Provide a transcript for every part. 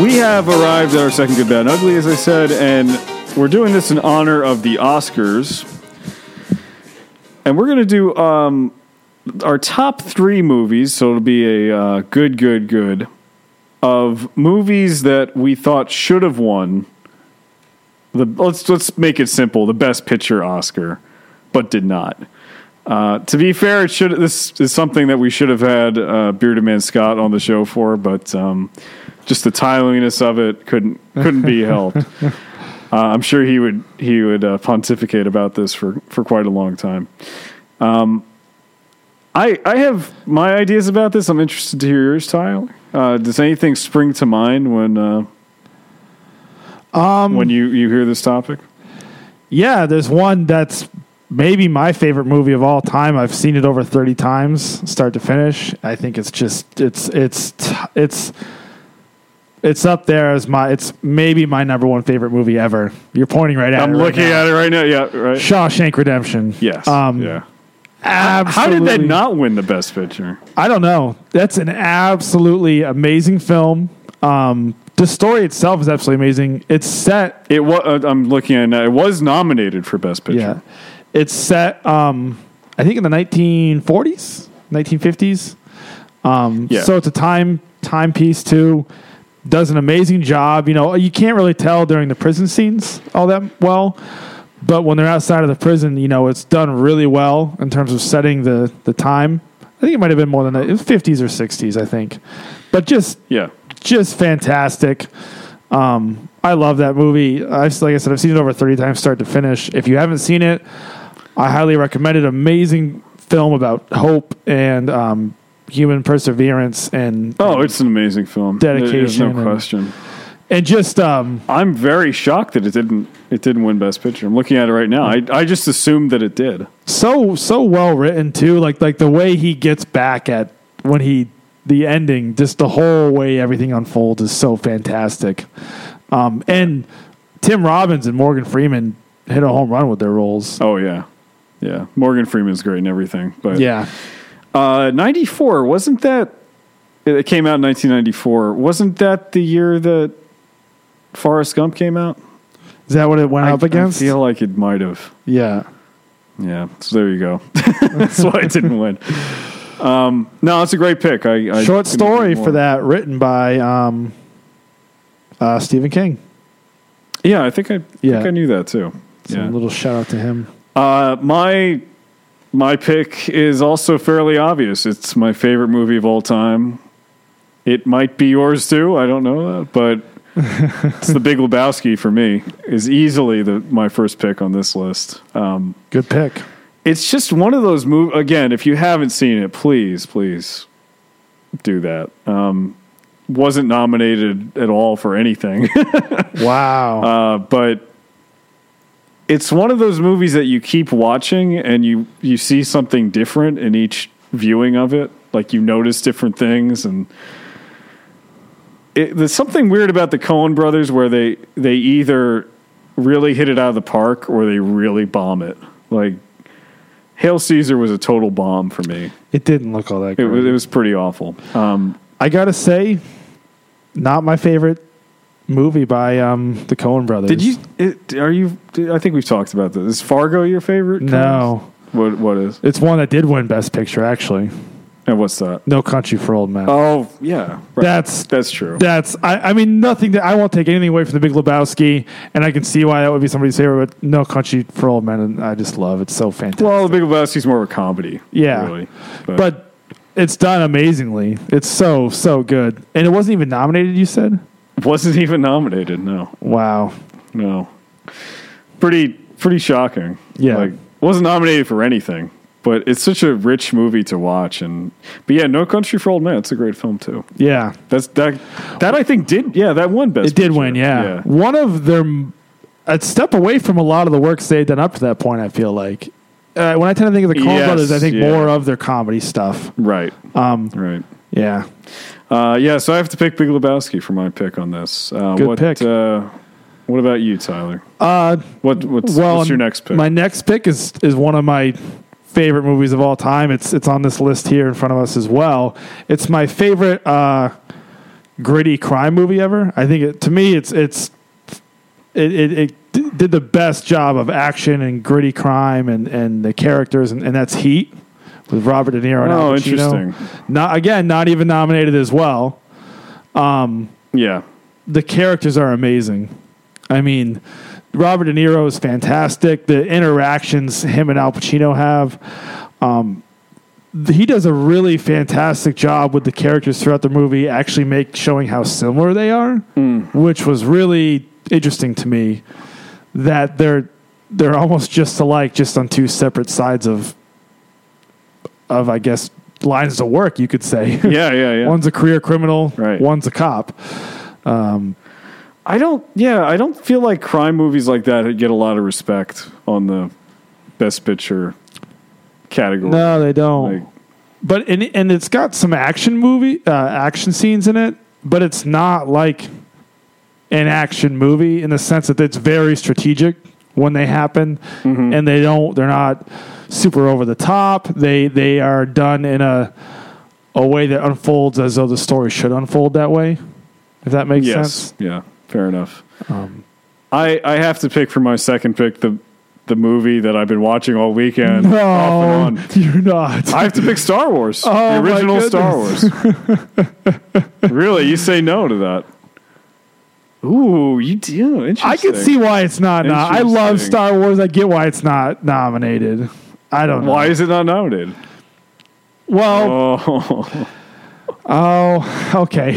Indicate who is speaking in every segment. Speaker 1: we have arrived at our second Good, Bad, and Ugly, as I said, and we're doing this in honor of the Oscars. And we're going to do um, our top three movies, so it'll be a uh, good, good, good, of movies that we thought should have won. The, let's let's make it simple: the Best Picture Oscar, but did not. Uh, to be fair, it should this is something that we should have had uh, Bearded Man Scott on the show for, but um, just the timeliness of it couldn't couldn't be helped. Uh, I'm sure he would he would uh, pontificate about this for for quite a long time. Um, I I have my ideas about this. I'm interested to hear yours, Tyler. Uh, does anything spring to mind when uh, um, when you you hear this topic?
Speaker 2: Yeah, there's one that's maybe my favorite movie of all time. I've seen it over 30 times, start to finish. I think it's just it's it's t- it's it's up there as my it's maybe my number one favorite movie ever. You're pointing right at it.
Speaker 1: I'm
Speaker 2: right
Speaker 1: looking
Speaker 2: now.
Speaker 1: at it right now. Yeah, right.
Speaker 2: Shawshank Redemption.
Speaker 1: Yes.
Speaker 2: Um,
Speaker 1: yeah. How
Speaker 2: Absolutely.
Speaker 1: did that not win the best picture?
Speaker 2: I don't know. That's an absolutely amazing film. Um, the story itself is absolutely amazing. It's set
Speaker 1: It was. I'm looking at it now. It was nominated for best picture.
Speaker 2: Yeah. It's set, um, I think, in the 1940s, 1950s. Um,
Speaker 1: Yeah.
Speaker 2: So it's a time timepiece too. Does an amazing job. You know, you can't really tell during the prison scenes all that well, but when they're outside of the prison, you know, it's done really well in terms of setting the the time. I think it might have been more than that. It was 50s or 60s, I think. But just
Speaker 1: Yeah.
Speaker 2: just fantastic. Um, I love that movie. I've like I said, I've seen it over thirty times, start to finish. If you haven't seen it, I highly recommend it. Amazing film about hope and um, human perseverance and
Speaker 1: Oh, it's an amazing film. There's
Speaker 2: Dedication
Speaker 1: no
Speaker 2: and-
Speaker 1: question.
Speaker 2: and just um,
Speaker 1: I'm very shocked that it didn't. It didn't win best picture. I'm looking at it right now. I I just assumed that it did.
Speaker 2: so so well written too. Like like the way he gets back at when he the ending, just the whole way everything unfolds is so fantastic. Um, and Tim Robbins and Morgan Freeman hit a home run with their roles.
Speaker 1: Oh yeah, yeah. Morgan Freeman's great and everything, but
Speaker 2: Yeah.
Speaker 1: Uh, 94 wasn't that? It came out in 1994. Wasn't that the year that Forrest Gump came out?
Speaker 2: Is that what it went up against?
Speaker 1: I feel like it might have.
Speaker 2: yeah.
Speaker 1: Yeah. So there you go. That's why it didn't win. Um, no, it's a great pick. I, I
Speaker 2: Short
Speaker 1: couldn't agree
Speaker 2: story
Speaker 1: more.
Speaker 2: for that, written by um, uh, Stephen King.
Speaker 1: Yeah, I think I
Speaker 2: Yeah.
Speaker 1: think I knew that too.
Speaker 2: So
Speaker 1: yeah.
Speaker 2: a little shout out to him.
Speaker 1: Uh, my my pick is also fairly obvious. It's my favorite movie of all time. It might be yours too. I don't know that, but it's The Big Lebowski for me is easily the my first pick on this list. Um,
Speaker 2: Good pick.
Speaker 1: it's just one of those movies. Again, if you haven't seen it, please, please do that. Um, wasn't nominated at all for anything.
Speaker 2: Wow.
Speaker 1: Uh, but it's one of those movies that you keep watching and you you see something different in each viewing of it. Like you notice different things and it, there's something weird about the Coen brothers where they they either really hit it out of the park or they really bomb it. Like Hail Caesar was a total bomb for me.
Speaker 2: it didn't look all that
Speaker 1: It
Speaker 2: good.
Speaker 1: was it was pretty awful. Um,
Speaker 2: I got to say, not my favorite movie by um, the Coen brothers.
Speaker 1: did you? It, are you? I think we've talked about this. Is Fargo your favorite?
Speaker 2: No.
Speaker 1: What what is?
Speaker 2: It's one that did win Best Picture, actually.
Speaker 1: And what's that?
Speaker 2: No Country for Old Men.
Speaker 1: Oh, yeah. right.
Speaker 2: That's
Speaker 1: that's true.
Speaker 2: That's I, I mean nothing that I won't take anything away from the Big Lebowski, and I can see why that would be somebody's favorite. But No Country for Old Men, and I just love it. It's so fantastic.
Speaker 1: well, The Big Lebowski's more of a comedy.
Speaker 2: Yeah.
Speaker 1: But,
Speaker 2: but it's done amazingly. It's so so good, and it wasn't even nominated. You said,
Speaker 1: wasn't even nominated. No,
Speaker 2: wow,
Speaker 1: no. Pretty, pretty shocking.
Speaker 2: Yeah.
Speaker 1: Like, wasn't nominated for anything. But it's such a rich movie to watch, and but yeah, No Country for Old Men. It's a great film too.
Speaker 2: yeah,
Speaker 1: That's that. That I think did yeah that won best.
Speaker 2: it did
Speaker 1: Picture.
Speaker 2: win. Yeah. one of their a step away from a lot of the works they had done up to that point. I feel like uh, when I tend to think of the Coen
Speaker 1: Yes,
Speaker 2: Brothers, I think
Speaker 1: yeah.
Speaker 2: more of their comedy stuff.
Speaker 1: Right.
Speaker 2: Um,
Speaker 1: Right.
Speaker 2: yeah,
Speaker 1: Uh, yeah. So I have to pick Big Lebowski for my pick on this. Uh,
Speaker 2: Good
Speaker 1: what,
Speaker 2: pick.
Speaker 1: Uh, what about you, Tyler?
Speaker 2: uh,
Speaker 1: What what's, what's your next pick?
Speaker 2: My next pick is is one of my favorite movies of all time. It's it's on this list here in front of us as well. It's my favorite uh, gritty crime movie ever. I think it, to me, it's it's it, it, it d- did the best job of action and gritty crime and, and the characters, and, and that's Heat with Robert De Niro. And
Speaker 1: Oh,
Speaker 2: Al Pacino.
Speaker 1: interesting.
Speaker 2: Not again, not even nominated as well
Speaker 1: Yeah.
Speaker 2: the characters are amazing. I mean, Robert De Niro is fantastic. The interactions him and Al Pacino have, um, th- he does a really fantastic job with the characters throughout the movie, actually make showing how similar they are,
Speaker 1: Mm.
Speaker 2: which was really interesting to me. That they're they're almost just alike, just on two separate sides of of I guess lines to work, you could say.
Speaker 1: Yeah, yeah, yeah.
Speaker 2: one's a career criminal,
Speaker 1: Right.
Speaker 2: one's a cop.
Speaker 1: I don't. Yeah, I don't feel like crime movies like that get a lot of respect on the best picture category.
Speaker 2: No, they don't.
Speaker 1: Like,
Speaker 2: but and and it's got some action movie uh, action scenes in it, but it's not like an action movie in the sense that it's very strategic when they happen,
Speaker 1: Mm-hmm.
Speaker 2: and they don't they're not super over the top. They they are done in a a way that unfolds as though the story should unfold that way. If that makes
Speaker 1: yes.
Speaker 2: sense. Um,
Speaker 1: Yeah. Fair enough. I I have to pick for my second pick the the movie that I've been watching all weekend. off and on.
Speaker 2: No, you're not.
Speaker 1: I have to pick Star Wars.
Speaker 2: Oh,
Speaker 1: the
Speaker 2: my
Speaker 1: original Star Wars. really, you say no to that? Ooh, you do. Interesting.
Speaker 2: I can see why it's not. Nom- I love
Speaker 1: Interesting.
Speaker 2: Star Wars. I get why it's not nominated. I don't know.
Speaker 1: Why is it not nominated?
Speaker 2: Well,
Speaker 1: Oh,
Speaker 2: Oh, okay.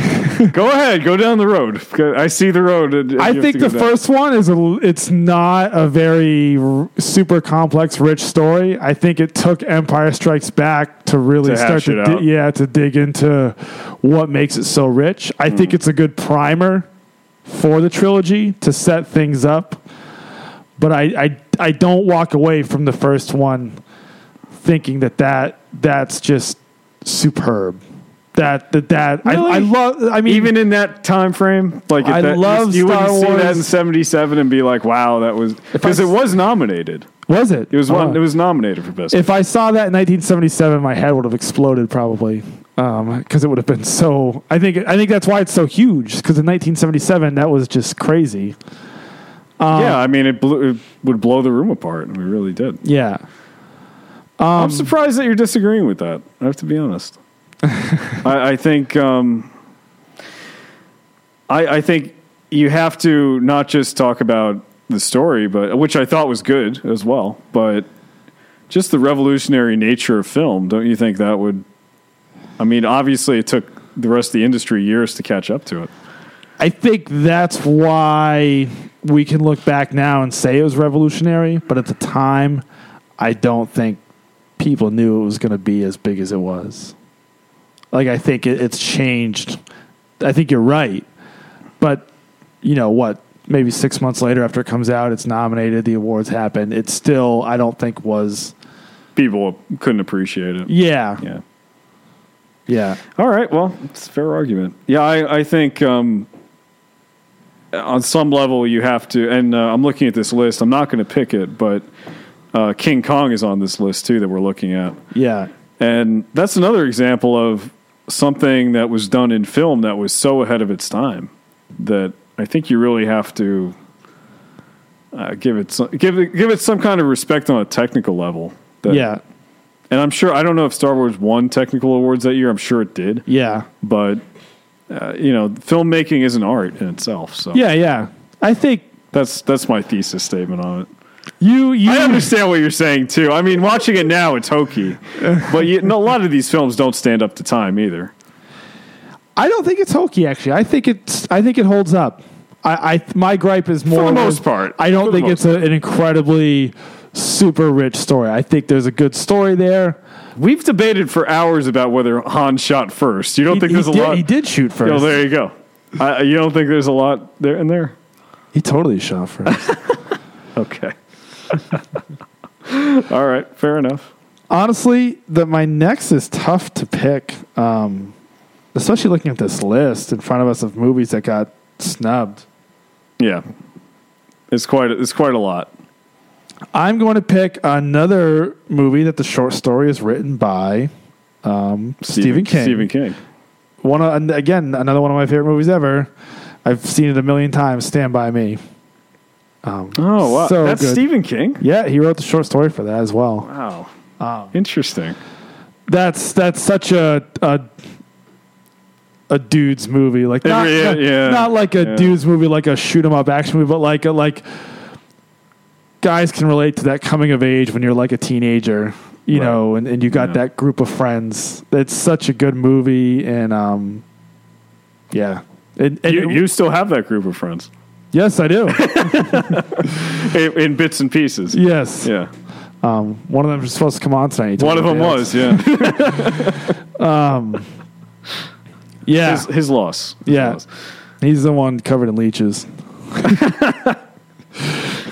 Speaker 1: go ahead. Go down the road. I see the road. and- and
Speaker 2: I
Speaker 1: you have
Speaker 2: think
Speaker 1: to go
Speaker 2: the
Speaker 1: down.
Speaker 2: first one is a, l- it's not a very r- super complex, rich story. I think it took Empire Strikes Back to really
Speaker 1: To
Speaker 2: start
Speaker 1: hash
Speaker 2: to
Speaker 1: it out.
Speaker 2: di- yeah to dig into what makes it so rich. I
Speaker 1: Hmm.
Speaker 2: think it's a good primer for the trilogy to set things up, but I I, I don't walk away from the first one thinking that that that's just superb. That that that I, I
Speaker 1: Really?
Speaker 2: love. I mean,
Speaker 1: even in that time frame, like if
Speaker 2: I
Speaker 1: that,
Speaker 2: love
Speaker 1: you
Speaker 2: Star
Speaker 1: wouldn't see that in
Speaker 2: Wars.
Speaker 1: '77 and be like, "Wow, that was," because
Speaker 2: I
Speaker 1: it
Speaker 2: s-
Speaker 1: was nominated.
Speaker 2: was it?
Speaker 1: It was
Speaker 2: Oh.
Speaker 1: one. It was nominated for best.
Speaker 2: if I saw that in 1977, my head would have exploded probably because it would have been so. I think I think that's why it's so huge because in 1977 that was just crazy. uh,
Speaker 1: yeah, I mean, it, blew, it would blow the room apart, and we really did.
Speaker 2: Yeah,
Speaker 1: I'm surprised that you're disagreeing with that. I have to be honest. I, I think um, I, I think you have to not just talk about the story, but which I thought was good as well, but just the revolutionary nature of film. Don't you think that would? I mean, obviously, it took the rest of the industry years to catch up to it.
Speaker 2: I think that's why we can look back now and say it was revolutionary, but at the time, I don't think people knew it was going to be as big as it was. Like I think it, it's changed. I think you're right, but you know what? Maybe six months later, after it comes out, it's nominated, the awards happen. It still, I don't think was.
Speaker 1: People couldn't appreciate it.
Speaker 2: Yeah,
Speaker 1: Yeah.
Speaker 2: yeah.
Speaker 1: All right. Well, it's a fair argument. Yeah, I, I think um, on some level you have to. And uh, I'm looking at this list. I'm not going to pick it, but uh, King Kong is on this list too that we're looking at.
Speaker 2: yeah.
Speaker 1: And that's another example of something that was done in film that was so ahead of its time that I think you really have to uh, give it some, give it give it some kind of respect on a technical level. That-
Speaker 2: Yeah.
Speaker 1: And I'm sure I don't know if Star Wars won technical awards that year. I'm sure it did
Speaker 2: Yeah.
Speaker 1: but uh, you know, filmmaking is an art in itself. So
Speaker 2: Yeah. Yeah. I think
Speaker 1: that's that's my thesis statement on it.
Speaker 2: you. You.
Speaker 1: I understand what you're saying too. I mean, watching it now, it's hokey, but you, no, a lot of these films don't stand up to time either.
Speaker 2: I don't think it's hokey. Actually, I think it's. I think it holds up. I, I my gripe is more
Speaker 1: the
Speaker 2: with-
Speaker 1: most part.
Speaker 2: I don't
Speaker 1: For the
Speaker 2: think it's
Speaker 1: most
Speaker 2: a, an incredibly super rich story. I think there's a good story there.
Speaker 1: We've debated for hours about whether Han shot first. You don't think
Speaker 2: he,
Speaker 1: there's a
Speaker 2: did,
Speaker 1: lot?
Speaker 2: he did shoot first.
Speaker 1: Yo, there you go. I, you don't think there's a lot there in there?
Speaker 2: He totally shot first.
Speaker 1: Okay. All right. Fair enough.
Speaker 2: Honestly, that my next is tough to pick, um, especially looking at this list in front of us of movies that got snubbed.
Speaker 1: Yeah. It's quite. It's quite a lot.
Speaker 2: I'm going to pick another movie that the short story is written by um, Stephen King.
Speaker 1: Stephen King.
Speaker 2: one of, and again another one of my favorite movies ever. I've seen it a million times. Stand by Me. Um,
Speaker 1: Oh, wow.
Speaker 2: so
Speaker 1: That's
Speaker 2: good.
Speaker 1: Stephen King.
Speaker 2: Yeah, he wrote the short story for that as well.
Speaker 1: Wow.
Speaker 2: Um,
Speaker 1: Interesting.
Speaker 2: that's that's such a a, a dude's movie. Like
Speaker 1: It
Speaker 2: not,
Speaker 1: really-
Speaker 2: not,
Speaker 1: yeah.
Speaker 2: not like a
Speaker 1: Yeah.
Speaker 2: dude's movie, like a shoot 'em up action movie, but like a, like guys can relate to that coming of age when you're like a teenager, you
Speaker 1: Right.
Speaker 2: know, and, and you got
Speaker 1: Yeah.
Speaker 2: that group of friends. It's such a good movie, and um, yeah. And, and
Speaker 1: You, you still have that group of friends
Speaker 2: yes, I do.
Speaker 1: in, in bits and pieces.
Speaker 2: yes,
Speaker 1: Yeah.
Speaker 2: um, one of them was supposed to come on tonight.
Speaker 1: One of them was, yeah.
Speaker 2: yeah.
Speaker 1: His, his loss. His
Speaker 2: Yeah.
Speaker 1: loss.
Speaker 2: He's the one covered in leeches.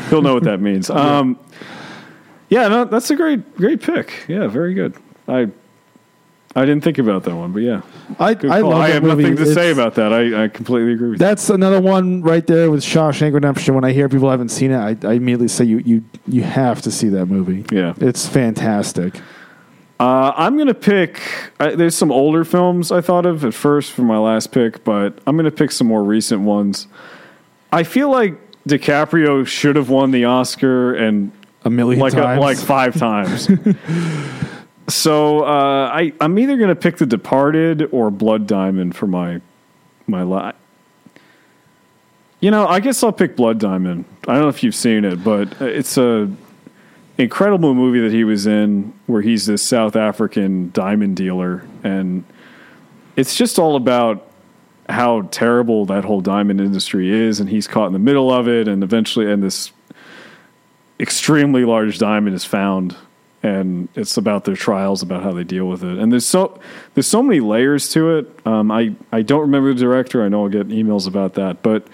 Speaker 1: He'll know what that means. Um, yeah, no, that's a great, great pick. Yeah, very good. I, I didn't think about that one, but yeah,
Speaker 2: I,
Speaker 1: good
Speaker 2: I
Speaker 1: call.
Speaker 2: love
Speaker 1: I
Speaker 2: that
Speaker 1: have
Speaker 2: movie.
Speaker 1: nothing to say
Speaker 2: It's-
Speaker 1: about that. I, I completely agree with
Speaker 2: That's another one right there with Shawshank Redemption. When I hear people haven't seen it, I, I immediately say you you you have to see that movie.
Speaker 1: you. Yeah,
Speaker 2: It's fantastic.
Speaker 1: uh, I'm gonna pick. I, there's some older films I thought of at first for my last pick, but I'm gonna pick some more recent ones. I feel like DiCaprio should have won the Oscar, and
Speaker 2: A million
Speaker 1: like
Speaker 2: times.
Speaker 1: like five times. so uh, I I'm either gonna pick The Departed or Blood Diamond for my my li You know, I guess I'll pick Blood Diamond. I don't know if you've seen it, but uh, it's a incredible movie that he was in where he's this South African diamond dealer and it's just all about how terrible that whole diamond industry is and he's caught in the middle of it and eventually and this extremely large diamond is found and it's about their trials about how they deal with it and there's so there's so many layers to it um, I, I don't remember the director i know i'll get emails about that but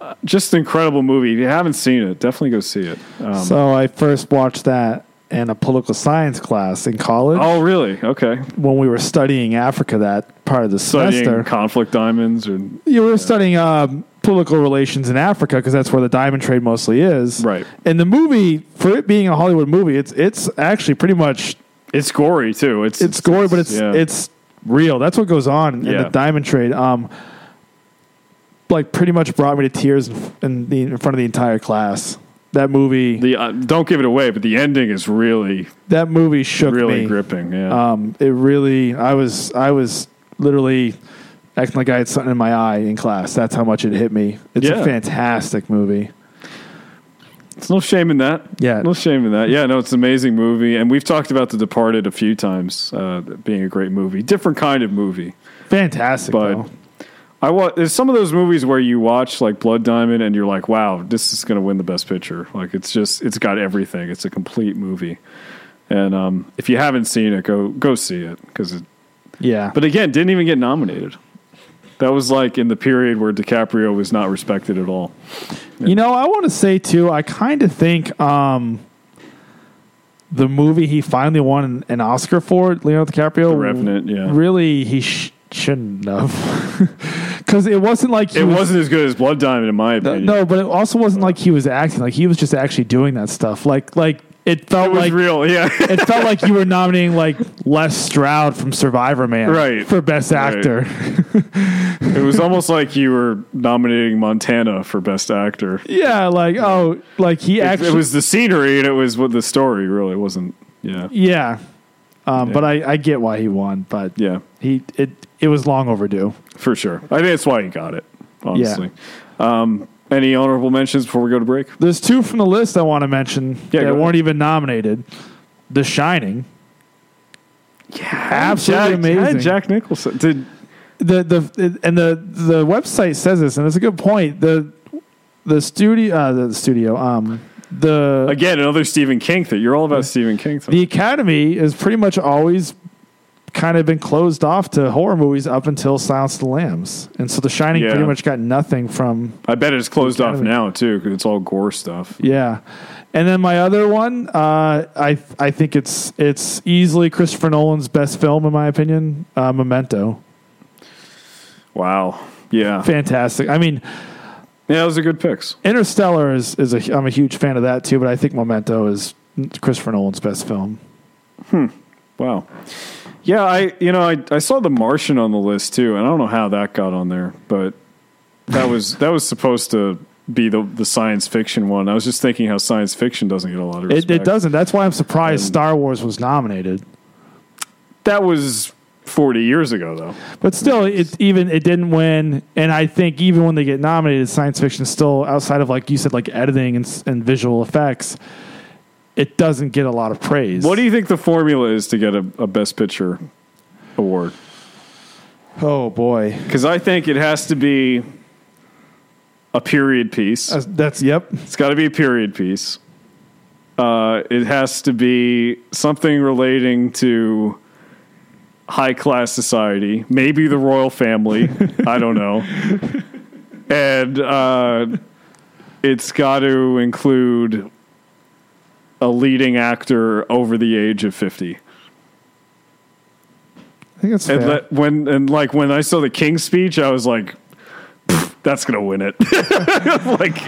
Speaker 1: uh, just an incredible movie if you haven't seen it definitely go see it um,
Speaker 2: so I first watched that in a political science class in college
Speaker 1: oh really okay
Speaker 2: when we were studying Africa that part of the
Speaker 1: studying
Speaker 2: semester.
Speaker 1: conflict diamonds or
Speaker 2: you were studying um, political relations in Africa because that's where the diamond trade mostly is.
Speaker 1: Right.
Speaker 2: And the movie, for it being a Hollywood movie, it's it's actually pretty much
Speaker 1: it's gory too it's
Speaker 2: it's gory, but it's
Speaker 1: yeah.
Speaker 2: it's real. That's what goes on in
Speaker 1: Yeah.
Speaker 2: the diamond trade. Um, like pretty much brought me to tears in, in the in front of the entire class. That movie,
Speaker 1: the uh, don't give it away but the ending is really
Speaker 2: that movie shook
Speaker 1: really
Speaker 2: me.
Speaker 1: gripping yeah
Speaker 2: Um, it really, I was, I was literally acting like I had something in my eye in class. That's how much it hit me. It's
Speaker 1: Yeah.
Speaker 2: a fantastic movie.
Speaker 1: It's no shame in that.
Speaker 2: Yeah.
Speaker 1: No shame in that. Yeah, no, it's an amazing movie. And we've talked about The Departed a few times uh, being a great movie. Different kind of movie.
Speaker 2: Fantastic.
Speaker 1: But
Speaker 2: though.
Speaker 1: I wa- There's some of those movies where you watch like Blood Diamond and you're like, wow, this is going to win the best picture. Like it's just, it's got everything. It's a complete movie. And um, if you haven't seen it, go go see it because it
Speaker 2: yeah,
Speaker 1: but again, didn't even get nominated. That was like in the period where DiCaprio was not respected at all.
Speaker 2: You know, I want to say too. I kind of think um, the movie he finally won an, an Oscar for, Leonardo DiCaprio,
Speaker 1: The Revenant, yeah.
Speaker 2: really he sh- shouldn't have, because it wasn't like he
Speaker 1: It
Speaker 2: was-
Speaker 1: wasn't as good as Blood Diamond, in my opinion.
Speaker 2: Hmm. No, but it also wasn't like he was acting. Like he was just actually doing that stuff. Like like it
Speaker 1: it
Speaker 2: felt
Speaker 1: was
Speaker 2: like
Speaker 1: real. Yeah,
Speaker 2: it felt like you were nominating like Les Stroud from Survivor Man
Speaker 1: Right.
Speaker 2: for best
Speaker 1: Right.
Speaker 2: actor.
Speaker 1: it was almost like you were nominating Montana for Best Actor.
Speaker 2: yeah, like oh, like he
Speaker 1: It-
Speaker 2: actually
Speaker 1: it was the scenery, and it was what the story really wasn't. Yeah,
Speaker 2: Yeah. Um,
Speaker 1: Yeah.
Speaker 2: But I, I get why he won, but
Speaker 1: yeah,
Speaker 2: he it it was long overdue.
Speaker 1: for sure. I think that's why he got it. Honestly. Um, any honorable mentions before we go to break?
Speaker 2: There's two from the list I want to mention
Speaker 1: Yeah,
Speaker 2: that
Speaker 1: go
Speaker 2: weren't even nominated. The Shining,
Speaker 1: Yeah,
Speaker 2: Absolutely
Speaker 1: Jack,
Speaker 2: amazing.
Speaker 1: Jack Nicholson did.
Speaker 2: the the and the the website says this, and it's a good point. the The studio, uh, the studio, um, the
Speaker 1: Again, another Stephen King thing. You're all about Stephen King. Thing.
Speaker 2: the Academy has pretty much always kind of been closed off to horror movies up until Silence of the Lambs, and so The Shining
Speaker 1: Yeah.
Speaker 2: pretty much got nothing from
Speaker 1: I bet it's closed off
Speaker 2: Academy.
Speaker 1: now too because it's all gore stuff.
Speaker 2: Yeah. And then my other one, uh, I I think it's it's easily Christopher Nolan's best film in my opinion, uh, Memento.
Speaker 1: Wow. Yeah.
Speaker 2: Fantastic. I mean,
Speaker 1: Yeah, those are good picks.
Speaker 2: Interstellar is is a I'm a huge fan of that too, but I think Memento is Christopher Nolan's best film.
Speaker 1: Wow. Yeah, I you know I, I saw The Martian on the list too, and I don't know how that got on there, but that was that was supposed to be the the science fiction one. I was just thinking how science fiction doesn't get a lot of
Speaker 2: It,
Speaker 1: respect.
Speaker 2: it doesn't. That's why I'm
Speaker 1: Um,
Speaker 2: surprised Star Wars was nominated.
Speaker 1: That was forty years ago though.
Speaker 2: But still, it even it didn't win. And I think even when they get nominated, science fiction still outside of like you said, like editing and, s- and visual effects, it doesn't get a lot of praise.
Speaker 1: What do you think the formula is to get a, a best picture award?
Speaker 2: Oh boy,
Speaker 1: Because I think it has to be a period piece.
Speaker 2: that's, that's yep.
Speaker 1: It's got to be a period piece. Uh, it has to be something relating to high class society, maybe the royal family. I don't know. And uh, it's got to include a leading actor over the age of 50.
Speaker 2: I think that's fair.
Speaker 1: And that, when and like when I saw the King's speech, I was like, "Pfft, "That's gonna win it." like,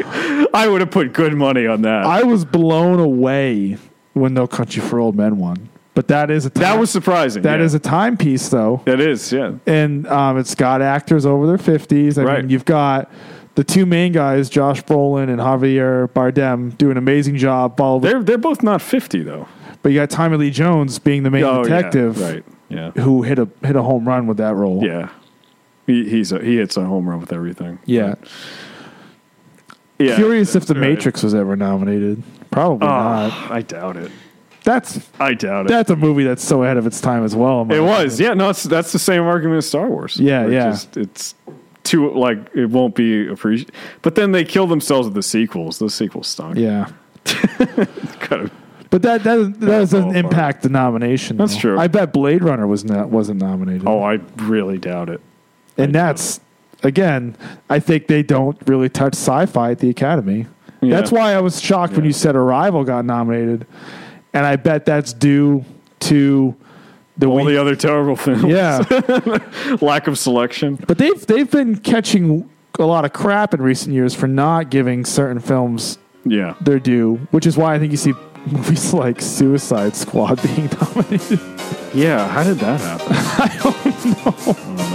Speaker 1: I would have put good money on that.
Speaker 2: I was blown away when No Country for Old Men won. But that is a time,
Speaker 1: that was surprising.
Speaker 2: that
Speaker 1: yeah.
Speaker 2: is a timepiece though.
Speaker 1: That is, yeah.
Speaker 2: and um, it's got actors over their fifties. I
Speaker 1: Right.
Speaker 2: mean, you've got the two main guys, Josh Brolin and Javier Bardem, do an amazing job. Followed,
Speaker 1: They're they're both not fifty though. Oh,
Speaker 2: but you got Tommy Lee Jones being the main detective,
Speaker 1: yeah, right? Yeah,
Speaker 2: who hit a hit a home run with that role.
Speaker 1: yeah. He he's a, he hits a home run with everything.
Speaker 2: yeah.
Speaker 1: yeah.
Speaker 2: Curious if The
Speaker 1: Right.
Speaker 2: Matrix was ever nominated. Probably
Speaker 1: Oh,
Speaker 2: not.
Speaker 1: I doubt it.
Speaker 2: That's
Speaker 1: I doubt it.
Speaker 2: that's a movie that's so ahead of its time as well. in my
Speaker 1: it
Speaker 2: opinion.
Speaker 1: was, yeah. No, it's, that's the same argument as Star Wars.
Speaker 2: Yeah,
Speaker 1: Where it
Speaker 2: yeah.
Speaker 1: Just, it's too like it won't be appreciated. But then they kill themselves with the sequels. Those sequels stunk.
Speaker 2: Yeah.
Speaker 1: Kind of-
Speaker 2: But that that, that doesn't
Speaker 1: ballpark.
Speaker 2: impact the nomination.
Speaker 1: That's
Speaker 2: though.
Speaker 1: true.
Speaker 2: I bet Blade Runner was not wasn't nominated.
Speaker 1: oh, I really doubt it.
Speaker 2: and that's again i think they don't really touch sci-fi at the academy
Speaker 1: Yeah.
Speaker 2: that's why i was shocked when
Speaker 1: Yeah.
Speaker 2: you said arrival got nominated and i bet that's due to the,
Speaker 1: All
Speaker 2: weak-
Speaker 1: the other terrible films.
Speaker 2: yeah
Speaker 1: Lack of selection.
Speaker 2: but they've they've been catching a lot of crap in recent years for not giving certain films
Speaker 1: Yeah.
Speaker 2: their due which is why i think you see movies like suicide squad being nominated
Speaker 1: Yeah. How did that happen? I don't know.